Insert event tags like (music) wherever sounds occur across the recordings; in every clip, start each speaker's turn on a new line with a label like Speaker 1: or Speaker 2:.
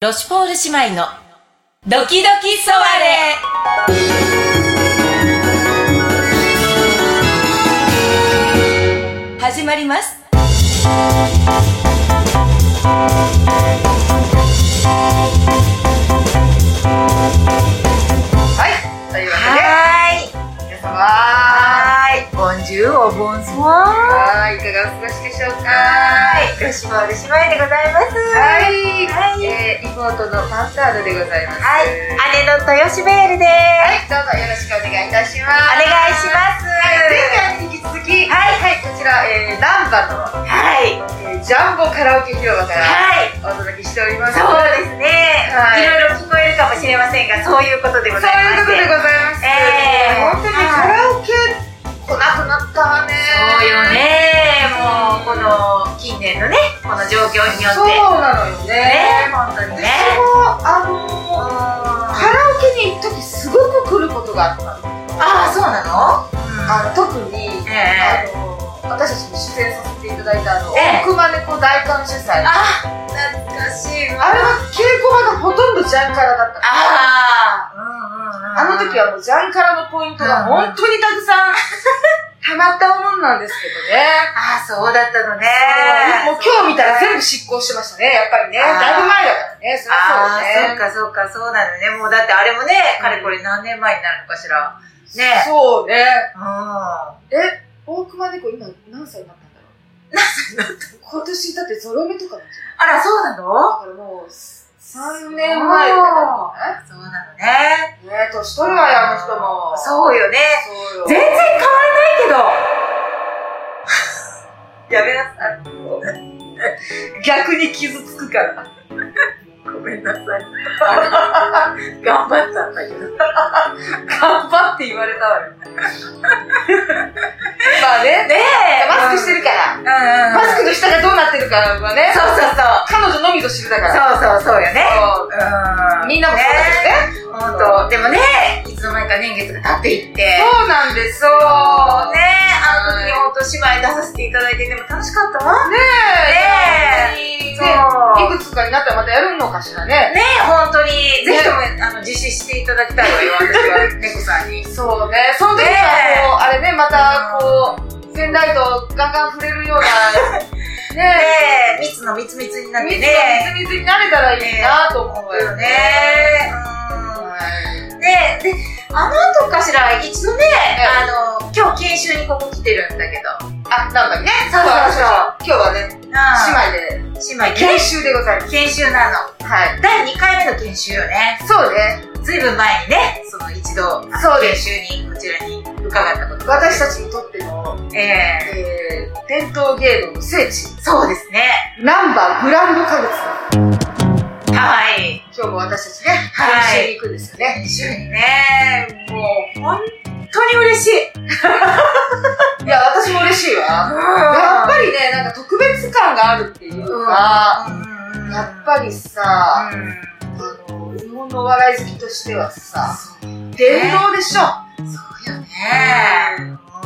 Speaker 1: ロシュポール姉妹のドキドキソワレ始まります
Speaker 2: はい、というわ
Speaker 1: は
Speaker 2: けで、皆様は
Speaker 1: ーいはーいボンジューおボンソワ
Speaker 2: ーい、いかがお過ごしでしょうか
Speaker 1: ーいロシュポール姉妹でございます
Speaker 2: はい、
Speaker 1: はい
Speaker 2: えー妹のパンタードでございます
Speaker 1: はい
Speaker 2: はい、
Speaker 1: 姉の豊島ベールです
Speaker 2: どうぞよろしくお願いいたします
Speaker 1: お願いします
Speaker 2: はい、前回に引き続き、はい、こちら、えー、ナンバ
Speaker 1: はい
Speaker 2: の、えージャンボカラオケ広場から
Speaker 1: はい
Speaker 2: お届けしております
Speaker 1: そうですね、
Speaker 2: はい
Speaker 1: い、ろいろ聞こえるかもしれませんがそういうことでご
Speaker 2: そう
Speaker 1: ざい
Speaker 2: いう
Speaker 1: ま
Speaker 2: こ
Speaker 1: す
Speaker 2: とでございます、
Speaker 1: えー
Speaker 2: 本当にカラオケ来なくなったわね
Speaker 1: そうよねもうこの近年のねこの状況によって
Speaker 2: そうなのよね
Speaker 1: ね本当に
Speaker 2: 私
Speaker 1: ね
Speaker 2: もあのーカ
Speaker 1: あ
Speaker 2: ラオケに行く時すごく来ることがあったの
Speaker 1: あそうなの、
Speaker 2: あの特に、
Speaker 1: ええ
Speaker 2: あの私たちも出演させていただいたあの、
Speaker 1: ええ
Speaker 2: 奥間猫大感謝祭あ
Speaker 1: あ懐かしい
Speaker 2: れは稽古場がほとんどジャンカラだった
Speaker 1: ああ
Speaker 2: あの時はもうジャンカラのポイントが本当にたく
Speaker 1: (laughs)
Speaker 2: さんたまったものなんですけどね
Speaker 1: ああそうだったのね
Speaker 2: もう今日見たら全部執行してましたねやっぱりね
Speaker 1: あー
Speaker 2: だいぶ
Speaker 1: ああ
Speaker 2: 前だからねそりゃ
Speaker 1: そうかそうかそうなのねもうだってあれもねかれこれ何年前になるのかしらねえ
Speaker 2: そうね
Speaker 1: う
Speaker 2: そうね
Speaker 1: んあ
Speaker 2: え大熊猫今何歳になったんだろう今年だってゾロ目とかなんじゃない
Speaker 1: らそうなの
Speaker 2: だからもう、3年前とかだっ
Speaker 1: そうなのね
Speaker 2: たのね。ね年取るわよ、あの人も。
Speaker 1: そうよね
Speaker 2: そうよ。
Speaker 1: 全然変わらないけどやめなさい
Speaker 2: 逆に傷つくから。
Speaker 1: ごめんなさい。あの (laughs) 頑張ったんだけど。
Speaker 2: 頑張って言われた (laughs) わよ。まあね。
Speaker 1: ねえ
Speaker 2: マスクしてるから。
Speaker 1: ら
Speaker 2: マスクの下がどうなってるかはね。
Speaker 1: そうそうそう。
Speaker 2: 彼女のみぞ知るだから。
Speaker 1: そうそうそうよね。
Speaker 2: そう
Speaker 1: う
Speaker 2: みんなもそうだ
Speaker 1: ね。
Speaker 2: けどね。
Speaker 1: 本当。でもね、いつの間にか年月が経っていって。
Speaker 2: そうなんですよ。
Speaker 1: そうね。あの
Speaker 2: はい
Speaker 1: 時本当姉妹出させていただいて、でも楽しかったわ。ね
Speaker 2: ね
Speaker 1: え
Speaker 2: え。
Speaker 1: そ
Speaker 2: ね
Speaker 1: う。
Speaker 2: いくつかになったらまたやるのかしらね。
Speaker 1: ねえ、本当に、ぜひとも、あの、実施していただきたいわよ、 (laughs) 私は、猫さんに。
Speaker 2: そうね、その時
Speaker 1: ねえ
Speaker 2: はこう、あれね、またこう、ペンライトガンガン触れるような、
Speaker 1: ね
Speaker 2: ね
Speaker 1: え、蜜の蜜蜜にな
Speaker 2: え、
Speaker 1: っ
Speaker 2: み
Speaker 1: て
Speaker 2: ん
Speaker 1: ね。
Speaker 2: なみずみずになれたらいいなと思う
Speaker 1: そう
Speaker 2: よ
Speaker 1: よね
Speaker 2: ね。。
Speaker 1: うん。
Speaker 2: はい
Speaker 1: で、で、あの後かしら、一度ね、
Speaker 2: え
Speaker 1: あの、今日研修にここ来てるんだけど。
Speaker 2: あ、なんだね。
Speaker 1: そうそうそう。
Speaker 2: 今日はね、姉妹で、
Speaker 1: 姉妹。姉妹
Speaker 2: 研
Speaker 1: 研
Speaker 2: 修でございま
Speaker 1: 研修なの。
Speaker 2: す。はい。
Speaker 1: 第2回目の研修よね。
Speaker 2: そうね、
Speaker 1: ずいぶん前にね、その一度、あの
Speaker 2: そうで
Speaker 1: 研修に、こちらに伺ったことが。
Speaker 2: 私たちにとっての、
Speaker 1: ええ
Speaker 2: えー、伝統芸能の聖地、
Speaker 1: そうですね。
Speaker 2: ナンバーグランド花月
Speaker 1: はい。
Speaker 2: 今日も私たちね、
Speaker 1: はい
Speaker 2: 研修に行くんですよね。
Speaker 1: 研修にね、もう、本当に嬉しい。
Speaker 2: いや、私も嬉しいわ。やっぱりね、なんか特別感があるっていう
Speaker 1: うん
Speaker 2: か、
Speaker 1: うん
Speaker 2: やっぱりさ、あの日本のお笑い好きとしてはさ伝統でしょ、
Speaker 1: うんそうよね。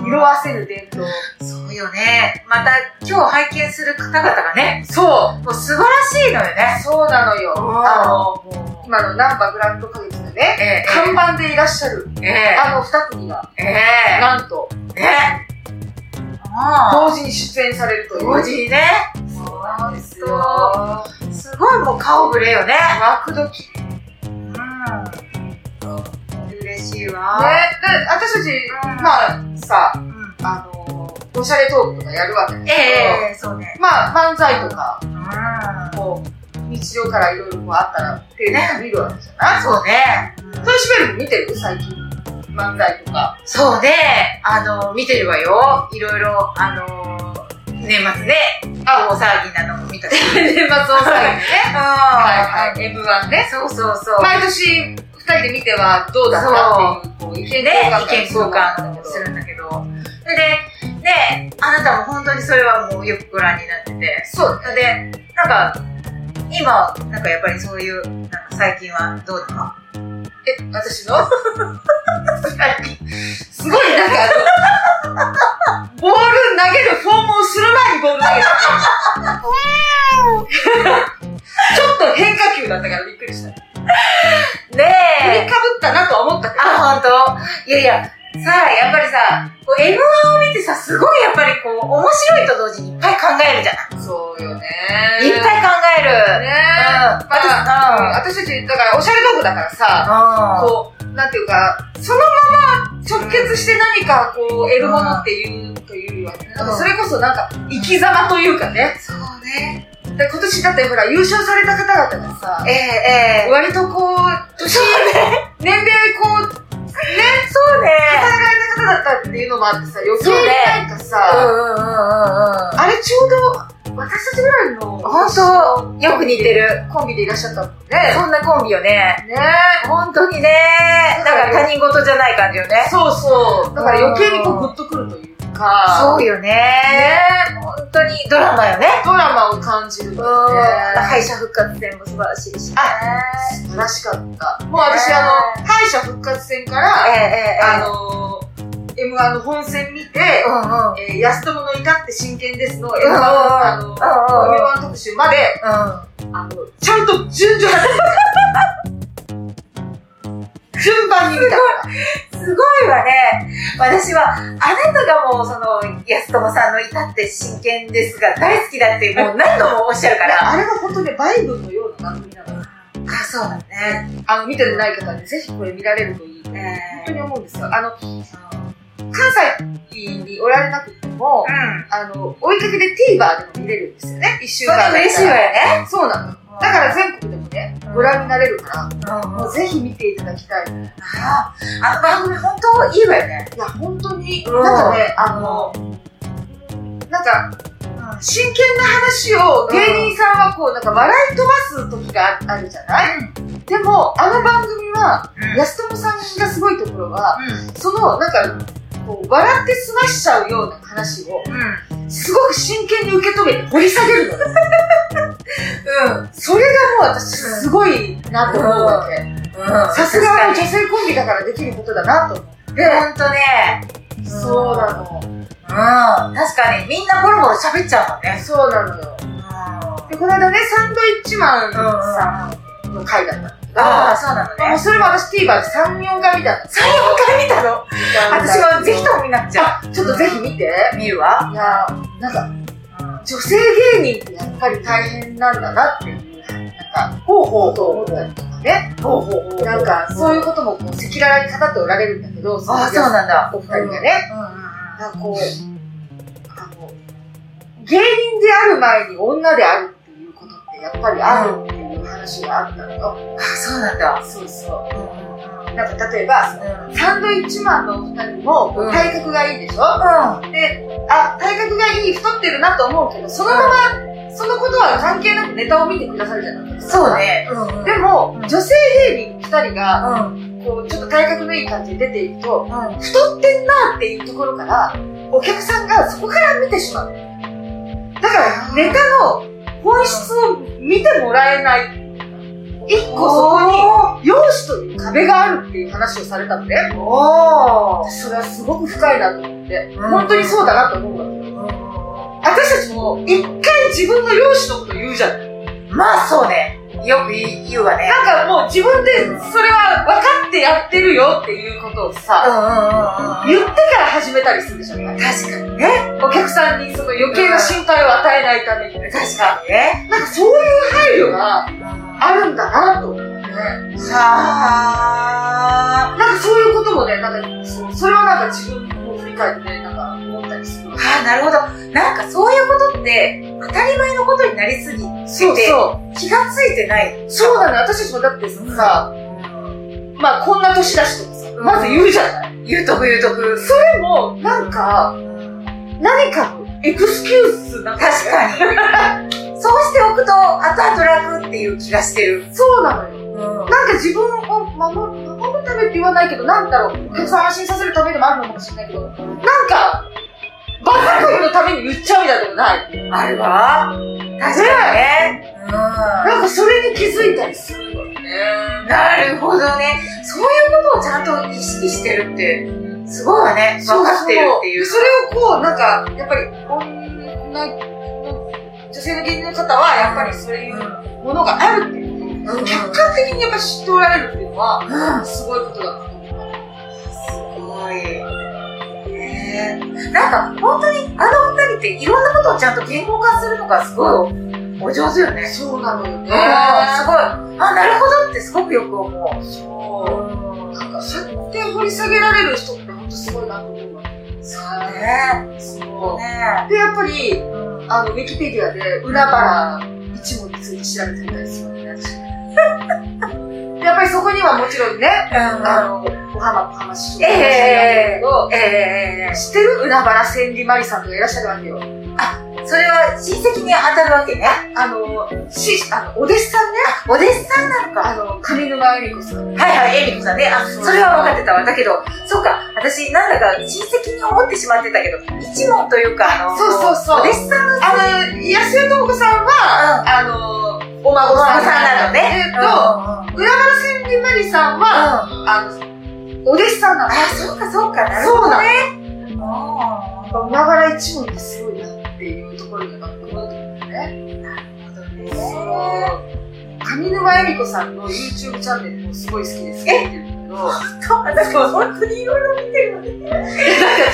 Speaker 2: 色あせぬ伝統
Speaker 1: そうよね。また今日拝見する方々がね、
Speaker 2: そう
Speaker 1: もう素晴らしいのよね。
Speaker 2: そうなのよ
Speaker 1: うん
Speaker 2: あのもう今のナンバーグランド花月のね
Speaker 1: え
Speaker 2: 看板でいらっしゃる
Speaker 1: え、え
Speaker 2: あの2組が
Speaker 1: え、え
Speaker 2: なんと
Speaker 1: え、ね。も、
Speaker 2: 同時に出演されるというう
Speaker 1: 同時にね、
Speaker 2: そうなんですよ
Speaker 1: 本すごいもう顔ぶれよね。
Speaker 2: 枠時ね
Speaker 1: うん。嬉しい
Speaker 2: で
Speaker 1: わ。
Speaker 2: 私たち
Speaker 1: うん
Speaker 2: まあさ
Speaker 1: うん
Speaker 2: あのおしゃれトークとかやるわけです
Speaker 1: え
Speaker 2: けど、
Speaker 1: え、そうね。
Speaker 2: まあ漫才とか
Speaker 1: うん。
Speaker 2: こう日常からいろいろこうあったらっていうのを見るわけじゃない
Speaker 1: そうね。
Speaker 2: トヨシベルも見てる最近。漫才とか。
Speaker 1: そうね。あの、見てるわよ。いろいろ、あの、年末ね、大騒ぎなのも見たし。うん。
Speaker 2: 年末大 (laughs) 騒
Speaker 1: (laughs)
Speaker 2: ぎ。
Speaker 1: は
Speaker 2: はいはい。M1 ね。
Speaker 1: そうそうそう。
Speaker 2: 毎年、二人で見てはどうだったっていう、こう、意見
Speaker 1: で、
Speaker 2: 交
Speaker 1: ね
Speaker 2: 換。
Speaker 1: 意見交換するんだけど。で、ね、あなたも本当にそれはもうよくご覧になってて。
Speaker 2: そう。
Speaker 1: で、なんか、今、なんかやっぱりそういう、なんか最近はどうなの (laughs)
Speaker 2: え、私のすごいなんかあの、ボール投げる、フォームをする前にボール投げたね。ちょっと変化球だったからびっくりした。
Speaker 1: ね
Speaker 2: 振り
Speaker 1: え。
Speaker 2: かぶったなとは思ったけど。
Speaker 1: あ、本当。いやいや、さあ、やっぱりさ、こう M1 を見てさ、すごいやっぱりこう、面白いと同時にいっぱい考えるじゃない。
Speaker 2: そうよね。
Speaker 1: いっぱい考える。
Speaker 2: ね
Speaker 1: うん。
Speaker 2: まあうん
Speaker 1: 私、
Speaker 2: 私たち、だから、おしゃれ道具だから
Speaker 1: う
Speaker 2: さ、
Speaker 1: ん。うん。
Speaker 2: こう、なんていうか、そのまま直結して何かこう、得るものっていう、というよりはね、なんかそれこそなんか、生き様というかね。
Speaker 1: そうね。
Speaker 2: で今年だってほら、優勝された方々がさ
Speaker 1: え、えええ
Speaker 2: 割とこう、年、年齢こう、
Speaker 1: そうね。
Speaker 2: 働かれた方だったっていうのもあってさ、余計
Speaker 1: そう
Speaker 2: に
Speaker 1: ね
Speaker 2: なんか
Speaker 1: うん
Speaker 2: さ、
Speaker 1: うんうんうんうん。
Speaker 2: あれちょうど、私たちぐらいの、
Speaker 1: 本当よく似てる。
Speaker 2: コンビでいらっしゃったもんね。
Speaker 1: そんなコンビよね。
Speaker 2: ね
Speaker 1: 本当にね。なんか他人事じゃない感じよね。
Speaker 2: そうそう。だから余計にこうグッとくるというか、
Speaker 1: そうよね。本当にドラマよね。
Speaker 2: ドラマを感じる
Speaker 1: うん。
Speaker 2: よね。
Speaker 1: 敗者復活戦も素晴らしいしね。
Speaker 2: 素晴らしかった。もう私、あの、敗者復活戦から、
Speaker 1: えええ
Speaker 2: あ
Speaker 1: え
Speaker 2: の、M1 の本戦見て、
Speaker 1: えうんうん。
Speaker 2: えー、安友の至って真剣ですの M1
Speaker 1: うん
Speaker 2: あの、
Speaker 1: うん
Speaker 2: M1 特集まで、
Speaker 1: う
Speaker 2: あの、ちゃんと順序立
Speaker 1: (laughs)
Speaker 2: てて順番に見たから。
Speaker 1: ん。すごいわね。私は、あなたがもう、その、安友さんの至って真剣ですが、大好きだって、もう何度もおっしゃるから。
Speaker 2: あれは本当ね、バイブルのような番組なの。
Speaker 1: (laughs) あ、そうだね。
Speaker 2: あの、見てない方はね、ぜひこれ見られるといい。本
Speaker 1: え
Speaker 2: 当
Speaker 1: え
Speaker 2: に思うんですよ。あの、関西におられなくても、
Speaker 1: うん。
Speaker 2: あの、追いかけで TVer でも見れるんですよね。一週
Speaker 1: それ
Speaker 2: 間だったら
Speaker 1: 嬉しいわよね。
Speaker 2: そうなの。だから全国でもね、
Speaker 1: うん
Speaker 2: ご覧になれるから、
Speaker 1: ら、うん、
Speaker 2: もうぜひ見ていただきたい。い
Speaker 1: ああの番組本当いいわよね。
Speaker 2: や、本当に、
Speaker 1: うん
Speaker 2: なんかね、あ
Speaker 1: あ
Speaker 2: の
Speaker 1: の、、
Speaker 2: なんか、
Speaker 1: うん
Speaker 2: 真剣な話を芸人さんはこう、なんか笑い飛ばす時があるじゃないでも、あの番組は、
Speaker 1: や
Speaker 2: 安友さんがすごいところは、
Speaker 1: う
Speaker 2: その、なんか、こう、笑って済ましちゃうような話を、
Speaker 1: ん。うん。
Speaker 2: すごく真剣に受け止めて掘り下げるの。
Speaker 1: うん。
Speaker 2: それがもう私、すごいなと思うわけ。さ
Speaker 1: さ
Speaker 2: す
Speaker 1: す
Speaker 2: が
Speaker 1: が
Speaker 2: の
Speaker 1: に。
Speaker 2: 女性コンビだからできることだなと思って。
Speaker 1: ほんとね。うん
Speaker 2: そうなの。
Speaker 1: うん。確かに、みんなボロボロ喋っちゃうもんね。
Speaker 2: そうなのよ。
Speaker 1: うん。
Speaker 2: で、この間ね、サンドイッチマンさ
Speaker 1: あ
Speaker 2: んの回だったの
Speaker 1: あ、
Speaker 2: が、
Speaker 1: そうなの
Speaker 2: もう
Speaker 1: ね。
Speaker 2: それも私 TVer で3、4回見たの。
Speaker 1: 最後から見たの私はぜひとも見なくちゃ。
Speaker 2: ちょっとぜひ見て。
Speaker 1: 見るわ。
Speaker 2: いやーなんか、
Speaker 1: うん。
Speaker 2: 女性芸人ってやっぱり大変なんだなっていう、なんか、
Speaker 1: ほう
Speaker 2: こ
Speaker 1: ほ
Speaker 2: うと思ったりとかね。
Speaker 1: う。ほうほうほう。
Speaker 2: なんか、そういう
Speaker 1: と。
Speaker 2: こともこう、赤裸々に語っておられるんだけど、
Speaker 1: ああ、そうなんだ。
Speaker 2: お二人がね。
Speaker 1: うんうんうん。
Speaker 2: なんかこう、あの、芸人である前に女であるっていうことってやっぱりあるっていう話があったのよ。
Speaker 1: ああ、そうなんだ。
Speaker 2: そうそ
Speaker 1: うんうんうん。
Speaker 2: う。なんか例えば、サンドイッチマンのお二人も
Speaker 1: うん
Speaker 2: 体格がいいでしょ、
Speaker 1: う
Speaker 2: で、あ、体格がいい、太ってるなと思うけど、そのまま、そのことは関係なくネタを見てくださるじゃないで
Speaker 1: ん。
Speaker 2: すか。
Speaker 1: そう。ね。うん
Speaker 2: で
Speaker 1: でも、
Speaker 2: も、
Speaker 1: うん
Speaker 2: 女性芸人二人が、
Speaker 1: うん。
Speaker 2: こう、ちょっと体格のいい感じで出ていくと、
Speaker 1: うん。
Speaker 2: 太ってんなっていうところから、お客さんがそこから見てしまう。だから、ネタの本質を見てもらえない。一個そこに、容姿という壁があるっていう話をされたのね。
Speaker 1: おー。
Speaker 2: それはすごく深いなと思って、
Speaker 1: うん
Speaker 2: 本当にそうだなと思うわけよ。私たちも、一回自分の容姿のこと言うじゃん。
Speaker 1: まあそうね。よく言う言うわね。
Speaker 2: なんかもう自分で、それは分かってやってるよっていうことをさ、
Speaker 1: ん
Speaker 2: 言ってから始めたりするじゃない
Speaker 1: 確かにね。
Speaker 2: お客さんにその余計な心配を与えないために。
Speaker 1: 確かにね。
Speaker 2: なんかそういう配慮が
Speaker 1: は
Speaker 2: あるんだなと思ってね。
Speaker 1: あ。
Speaker 2: なんかそういうこともね、なんかそそれはなんか自分を振り返ってね、なんか思ったりする。
Speaker 1: ああ、なるほど。なんかそういうことって、当たり前のことになりすぎ、
Speaker 2: そうそ
Speaker 1: 気がついてない。
Speaker 2: う。そうなのよ。私たちもだってさ、まあこんな年だしとかさ、
Speaker 1: うん
Speaker 2: まず言うじゃない。
Speaker 1: 言うとく言うとく。
Speaker 2: それも、なんか、何かのエクスキュースな
Speaker 1: 確
Speaker 2: に。
Speaker 1: かに。そうしておくと、後々楽っていう気がしてる。
Speaker 2: そうなのよ。
Speaker 1: うん。
Speaker 2: なんか自分を守る、守るためって言わないけど、なんだろう、お客さんを安心させるためでもあるのかもしれないけど、なんか、バカ君のために言っちゃうみたいなことない。
Speaker 1: あるわ。確かにね。うん。
Speaker 2: なんかそれに気づいたりするよね。
Speaker 1: なるほどね。そういうことをちゃんと意識してるって、すごいわね。分かってるっていう。
Speaker 2: それをこう、なんか、やっぱり、女の女性の芸人の方は、やっぱりそういうものがあるっていうのを、
Speaker 1: うん
Speaker 2: 客観的にやっぱ知っておられるっていうのは、
Speaker 1: うん
Speaker 2: すごいことだなと思います
Speaker 1: ごい。ねえなんか本当にあのお二人っていろんなことをちゃんと言語化するのがすごいおお上手よね。
Speaker 2: す。そうなの
Speaker 1: う
Speaker 2: よね。
Speaker 1: んすごい。あ、なるほどってすごくよく思う。
Speaker 2: そう。なんか、そうやって掘り下げられる人って本当すごいなと思うわ。
Speaker 1: そうね。そうね。
Speaker 2: で、やっぱり、
Speaker 1: うん
Speaker 2: あの、ウィキペディアで、海原一門について調べてみたりするのね、私でやっぱりそこにはもちろんね、あの、小浜小浜市長がいらっしゃるんだけど、
Speaker 1: ええ
Speaker 2: 知ってる海原千里マリさんとかいらっしゃるわけよ。
Speaker 1: それは親戚に当たるわけね。
Speaker 2: あの、し、あの、お弟子さんね、
Speaker 1: お弟子さんなのか。
Speaker 2: あの、上沼恵美子さん。
Speaker 1: はいはい、エリコさんね。あ、
Speaker 2: そう
Speaker 1: それは分かってたわ。だけど、そうか、私、なんだか親戚に思ってしまってたけど、一門というか、あの、
Speaker 2: そうそうそう
Speaker 1: お弟子さん
Speaker 2: あの、安江智子さん
Speaker 1: う
Speaker 2: は、あの、お
Speaker 1: お
Speaker 2: 孫さ
Speaker 1: 孫
Speaker 2: ん
Speaker 1: さんなのね。
Speaker 2: えっと、浦原千里マリさんは、
Speaker 1: うん。
Speaker 2: あの、お弟子さんなの。
Speaker 1: あ、そうかそうか、なるほ
Speaker 2: そう
Speaker 1: ど
Speaker 2: な
Speaker 1: ね。
Speaker 2: やっぱ海原一門ってすごいなっていうところに学校だと思うんだよね。上沼恵美子さんの YouTube チャンネルもすごい好きですって言ってるんだけど、
Speaker 1: 私も本当にいろいろ見てるので。
Speaker 2: なんか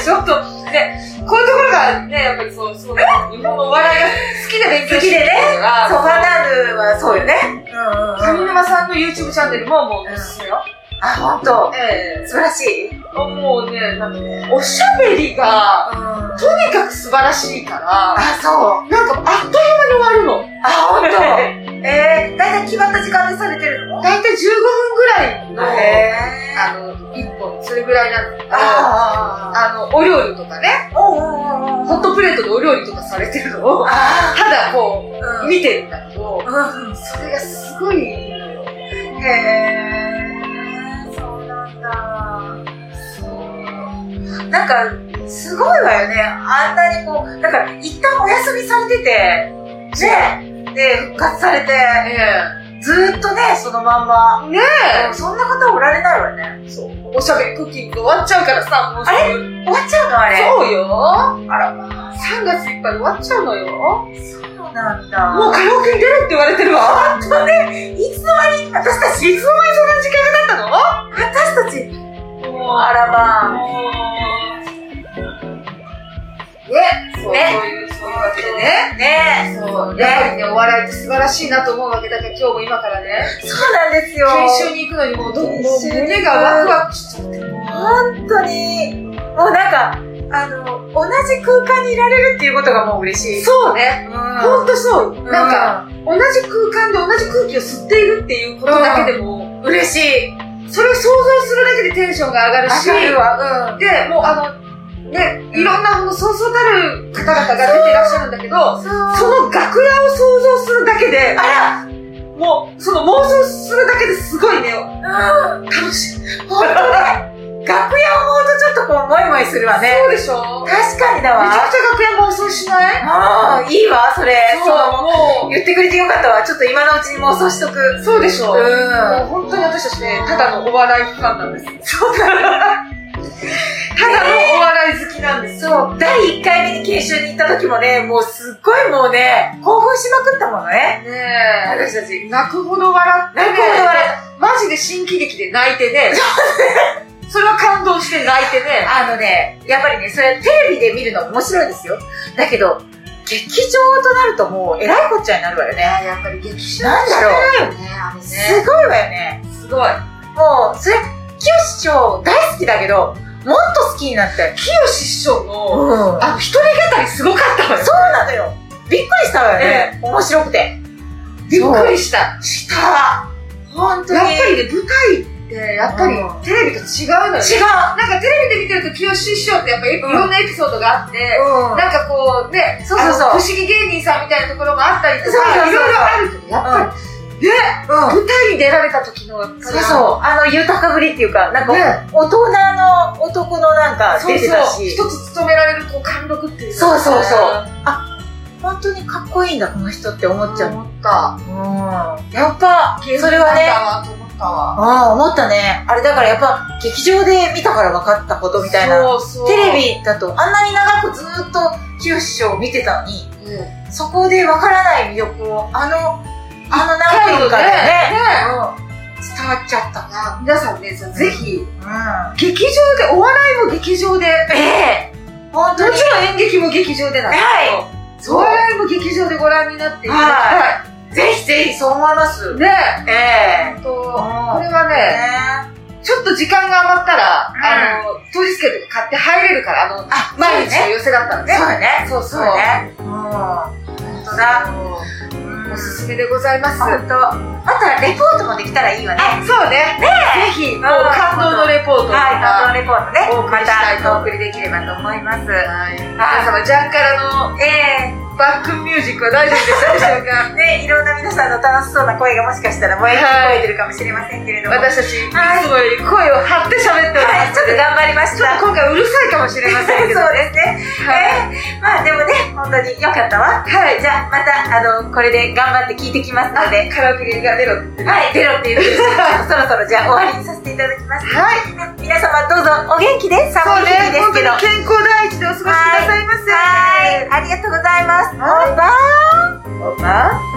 Speaker 2: ちょっとね、こういうところがね、やっぱりそう、そう、日本のお笑いが好きで勉強してる
Speaker 1: ソ
Speaker 2: か
Speaker 1: ファナールはそうよね。
Speaker 2: ら、
Speaker 1: うん
Speaker 2: 上沼さんの YouTube チャンネルももうおすすめよ。
Speaker 1: あ、本当。
Speaker 2: え
Speaker 1: 素晴らしい。うん。
Speaker 2: えもうね、なんかね、おしゃべりが、
Speaker 1: あ、
Speaker 2: とにかく素晴らしいから、
Speaker 1: そう。
Speaker 2: なんかあっという間に終わるの。
Speaker 1: あ、本当。えー、だいたい決まった時間でされてるの
Speaker 2: だいたい15分ぐらいの、
Speaker 1: へー。
Speaker 2: あの、一本、それぐらいなんだけど、
Speaker 1: あ
Speaker 2: あの、お料理とかね、
Speaker 1: あ。おうんうん
Speaker 2: ホットプレートでお料理とかされてるのを、
Speaker 1: あ
Speaker 2: ただこ
Speaker 1: あ。
Speaker 2: う、
Speaker 1: うん。
Speaker 2: 見てるんだけど、
Speaker 1: うん。
Speaker 2: それがすごいいいのよ。
Speaker 1: へー、そうなんだ。そう。なんか、すごいわよね。あんなにこう、だから、一旦お休みされてて、ね、で、復活されて、
Speaker 2: え
Speaker 1: ずーっとね、そのまんま。
Speaker 2: ね
Speaker 1: でもそんな方おられないわね。
Speaker 2: えそう。おしゃべりクッキング終わっちゃうからさ、もうすぐ
Speaker 1: あ終わっちゃうのあれ。
Speaker 2: そうよ。
Speaker 1: あらまあ。
Speaker 2: 3月いっぱいで終わっちゃうのよ。も
Speaker 1: そうなんだ。
Speaker 2: うカラオケに出るって言われてるわ。
Speaker 1: 本当ね、いつの間に、私たち、いつの間にそんな時間
Speaker 2: だった
Speaker 1: 私たち、
Speaker 2: のもう、
Speaker 1: あらまあ。
Speaker 2: も
Speaker 1: ね、
Speaker 2: う、そういう、そういうわけでね。
Speaker 1: ね
Speaker 2: そう。やっぱりね、お笑いって素晴らしいなと思うわけだから、今日も今からね。
Speaker 1: そうなんですよ。
Speaker 2: 研修に行くのにもうどもう胸がワクワクしちゃって
Speaker 1: 本当に、もうなんか、あの、同じ空間にいられるっていうことがもう嬉しい。
Speaker 2: そうね
Speaker 1: うん。
Speaker 2: ほんとそう
Speaker 1: な
Speaker 2: なん
Speaker 1: ん
Speaker 2: か
Speaker 1: か、
Speaker 2: 同じ空間で同じ空気を吸っているっていうことだけでも
Speaker 1: 嬉しい。
Speaker 2: それを想像するだけでテンションが上がるし
Speaker 1: 明るいわ。うん。
Speaker 2: でもうあのねいろんなこのそうそうたる方々が出ていらっしゃるんだけどそ
Speaker 1: そう。
Speaker 2: の楽屋を想像するだけで
Speaker 1: あら、うん。
Speaker 2: もうその妄想するだけですごいね楽しい
Speaker 1: 本当だ。楽屋をほんとちょっとこう、モイモイするわね。
Speaker 2: そうでしょめち
Speaker 1: 確かにだ
Speaker 2: ゃ
Speaker 1: わ
Speaker 2: く。ちゃ楽屋妄想しない
Speaker 1: ああ、いいわ、それ。そう。
Speaker 2: も
Speaker 1: 言ってくれてよかったわ。ちょっと今のうちに妄想しとく。
Speaker 2: うそうでしょもう
Speaker 1: うん。
Speaker 2: 本当に私たちね、ただのお笑いファンなんです。
Speaker 1: そうだ。
Speaker 2: ただのお笑い好きなんです。
Speaker 1: そう、第1回目に研修に行った時もね、もうすっごいもうね、興奮しまくったものね。
Speaker 2: ね
Speaker 1: 私たち。
Speaker 2: え、泣くほど笑って、
Speaker 1: 泣くほど笑
Speaker 2: った。マジで新喜劇で泣いてね、それは感動して泣いてね、
Speaker 1: あのね、やっぱりね、それテレビで見るの面白いですよ。だけど、劇場となるともう、えらいこっちゃになるわよね。
Speaker 2: やっぱり劇場
Speaker 1: なんだろう。
Speaker 2: だよね、あれ
Speaker 1: す。ごいわよね。
Speaker 2: すごい。
Speaker 1: もう、それ、清志師匠大好きだけど、もっと好きになって。
Speaker 2: 清志師匠の、
Speaker 1: ん。
Speaker 2: あの、一人語りすごかったわよ
Speaker 1: そ。うなのよ。びっくりしたわよね。面白くて。
Speaker 2: びっくりした。
Speaker 1: した。本当に。
Speaker 2: やっぱりね、舞台って、やっぱり
Speaker 1: うん
Speaker 2: テレビと違うのよね。
Speaker 1: 違う。
Speaker 2: なんかテレビで見てると清志師匠ってやっぱりいろんなエピソードがあって、
Speaker 1: うん
Speaker 2: なんかこうね、
Speaker 1: そうそうそう
Speaker 2: あの不思議芸人さんみたいなところもあったり
Speaker 1: そ
Speaker 2: と
Speaker 1: うそう
Speaker 2: か、
Speaker 1: そう
Speaker 2: いろいろあるけど、やっぱ
Speaker 1: うん。
Speaker 2: り舞台に出られた時の、そう
Speaker 1: そうそう、あの、豊かぶりっていうか、なんか、
Speaker 2: ね
Speaker 1: 大人の男のなんか
Speaker 2: そう
Speaker 1: 出て
Speaker 2: そ
Speaker 1: た
Speaker 2: う、
Speaker 1: し、
Speaker 2: 一つ務められるこう貫禄っていうの
Speaker 1: そうそうそう
Speaker 2: あ
Speaker 1: 本当にかっこいいんだ、この人って思っちゃう。
Speaker 2: 思った。
Speaker 1: うん。やっぱ、それはね、
Speaker 2: 思っったわ。
Speaker 1: ああ、思ったね。あれだからやっぱ劇場で見たから分かったことみたいな。
Speaker 2: そうそう。
Speaker 1: テレビだとあんなに長くずーっと九師匠を見てたのに、
Speaker 2: ビ。うん。
Speaker 1: そこで分からない魅力をあの、あの
Speaker 2: 最
Speaker 1: 何
Speaker 2: 後
Speaker 1: 分かでね、
Speaker 2: ね。
Speaker 1: うん伝わっちゃったな。
Speaker 2: 皆さんね、ぜひ、
Speaker 1: うん。
Speaker 2: 劇場で、お笑いも劇場で、
Speaker 1: ええ本
Speaker 2: もち
Speaker 1: 当に。
Speaker 2: ろん演劇も劇場でなんですけど、
Speaker 1: はい
Speaker 2: お笑いも劇場でご覧になっていただき
Speaker 1: ぜひぜひそう思います。
Speaker 2: たい。
Speaker 1: ええ
Speaker 2: ねえ。と、こ
Speaker 1: ん
Speaker 2: れはね、
Speaker 1: ね
Speaker 2: ちょっと時間が余ったら、
Speaker 1: う
Speaker 2: あの、当日券とか買って入れるから、あの、
Speaker 1: あ、
Speaker 2: 毎日の
Speaker 1: ね。
Speaker 2: 寄せだったら
Speaker 1: そう
Speaker 2: ね。
Speaker 1: だね。
Speaker 2: そう
Speaker 1: そ
Speaker 2: そうう。
Speaker 1: だね。うん。本当だ。
Speaker 2: うん
Speaker 1: う
Speaker 2: お
Speaker 1: ん
Speaker 2: すすめでございます。
Speaker 1: 本当。あとはレポートもできたらいいわね。
Speaker 2: あ、そうね。ぜひ、こう感動のレポートとか。
Speaker 1: はい、感動レポートね。
Speaker 2: お送りしたいと
Speaker 1: またお送りできればと思います。
Speaker 2: はい皆様、ジャンからの
Speaker 1: え
Speaker 2: バックミュージックは大丈夫でしたでしょうか
Speaker 1: (laughs) えね、いろんな皆さんの楽しそうな声がもしかしたら燃え聞こえてるかもしれませんけれども。
Speaker 2: 私たち、いつ
Speaker 1: はい
Speaker 2: もより声を張って喋っておりま
Speaker 1: はい、
Speaker 2: す
Speaker 1: ちょっと
Speaker 2: ので、
Speaker 1: 頑張りまし。
Speaker 2: ちょったと今回うるさいかもしれませんけど、
Speaker 1: そうですね。
Speaker 2: はい
Speaker 1: えーまあでもね、本当に良かったわ。はい、じゃあまた、あの、これで頑張って聞いてきますので。
Speaker 2: カラオケが出ろって。
Speaker 1: はい、出ろって言ってる
Speaker 2: (laughs)
Speaker 1: し、そろそろじゃあ終わりにさせていただきます。
Speaker 2: はい。
Speaker 1: 皆様どうぞお元気で、
Speaker 2: そう
Speaker 1: 寒い日
Speaker 2: ね
Speaker 1: 々、です
Speaker 2: 本当
Speaker 1: け
Speaker 2: に
Speaker 1: ど。
Speaker 2: 健康第一でお過ごしくださいませ。
Speaker 1: はい、ありがとうございます。
Speaker 2: はい
Speaker 1: バイバイ。
Speaker 2: おば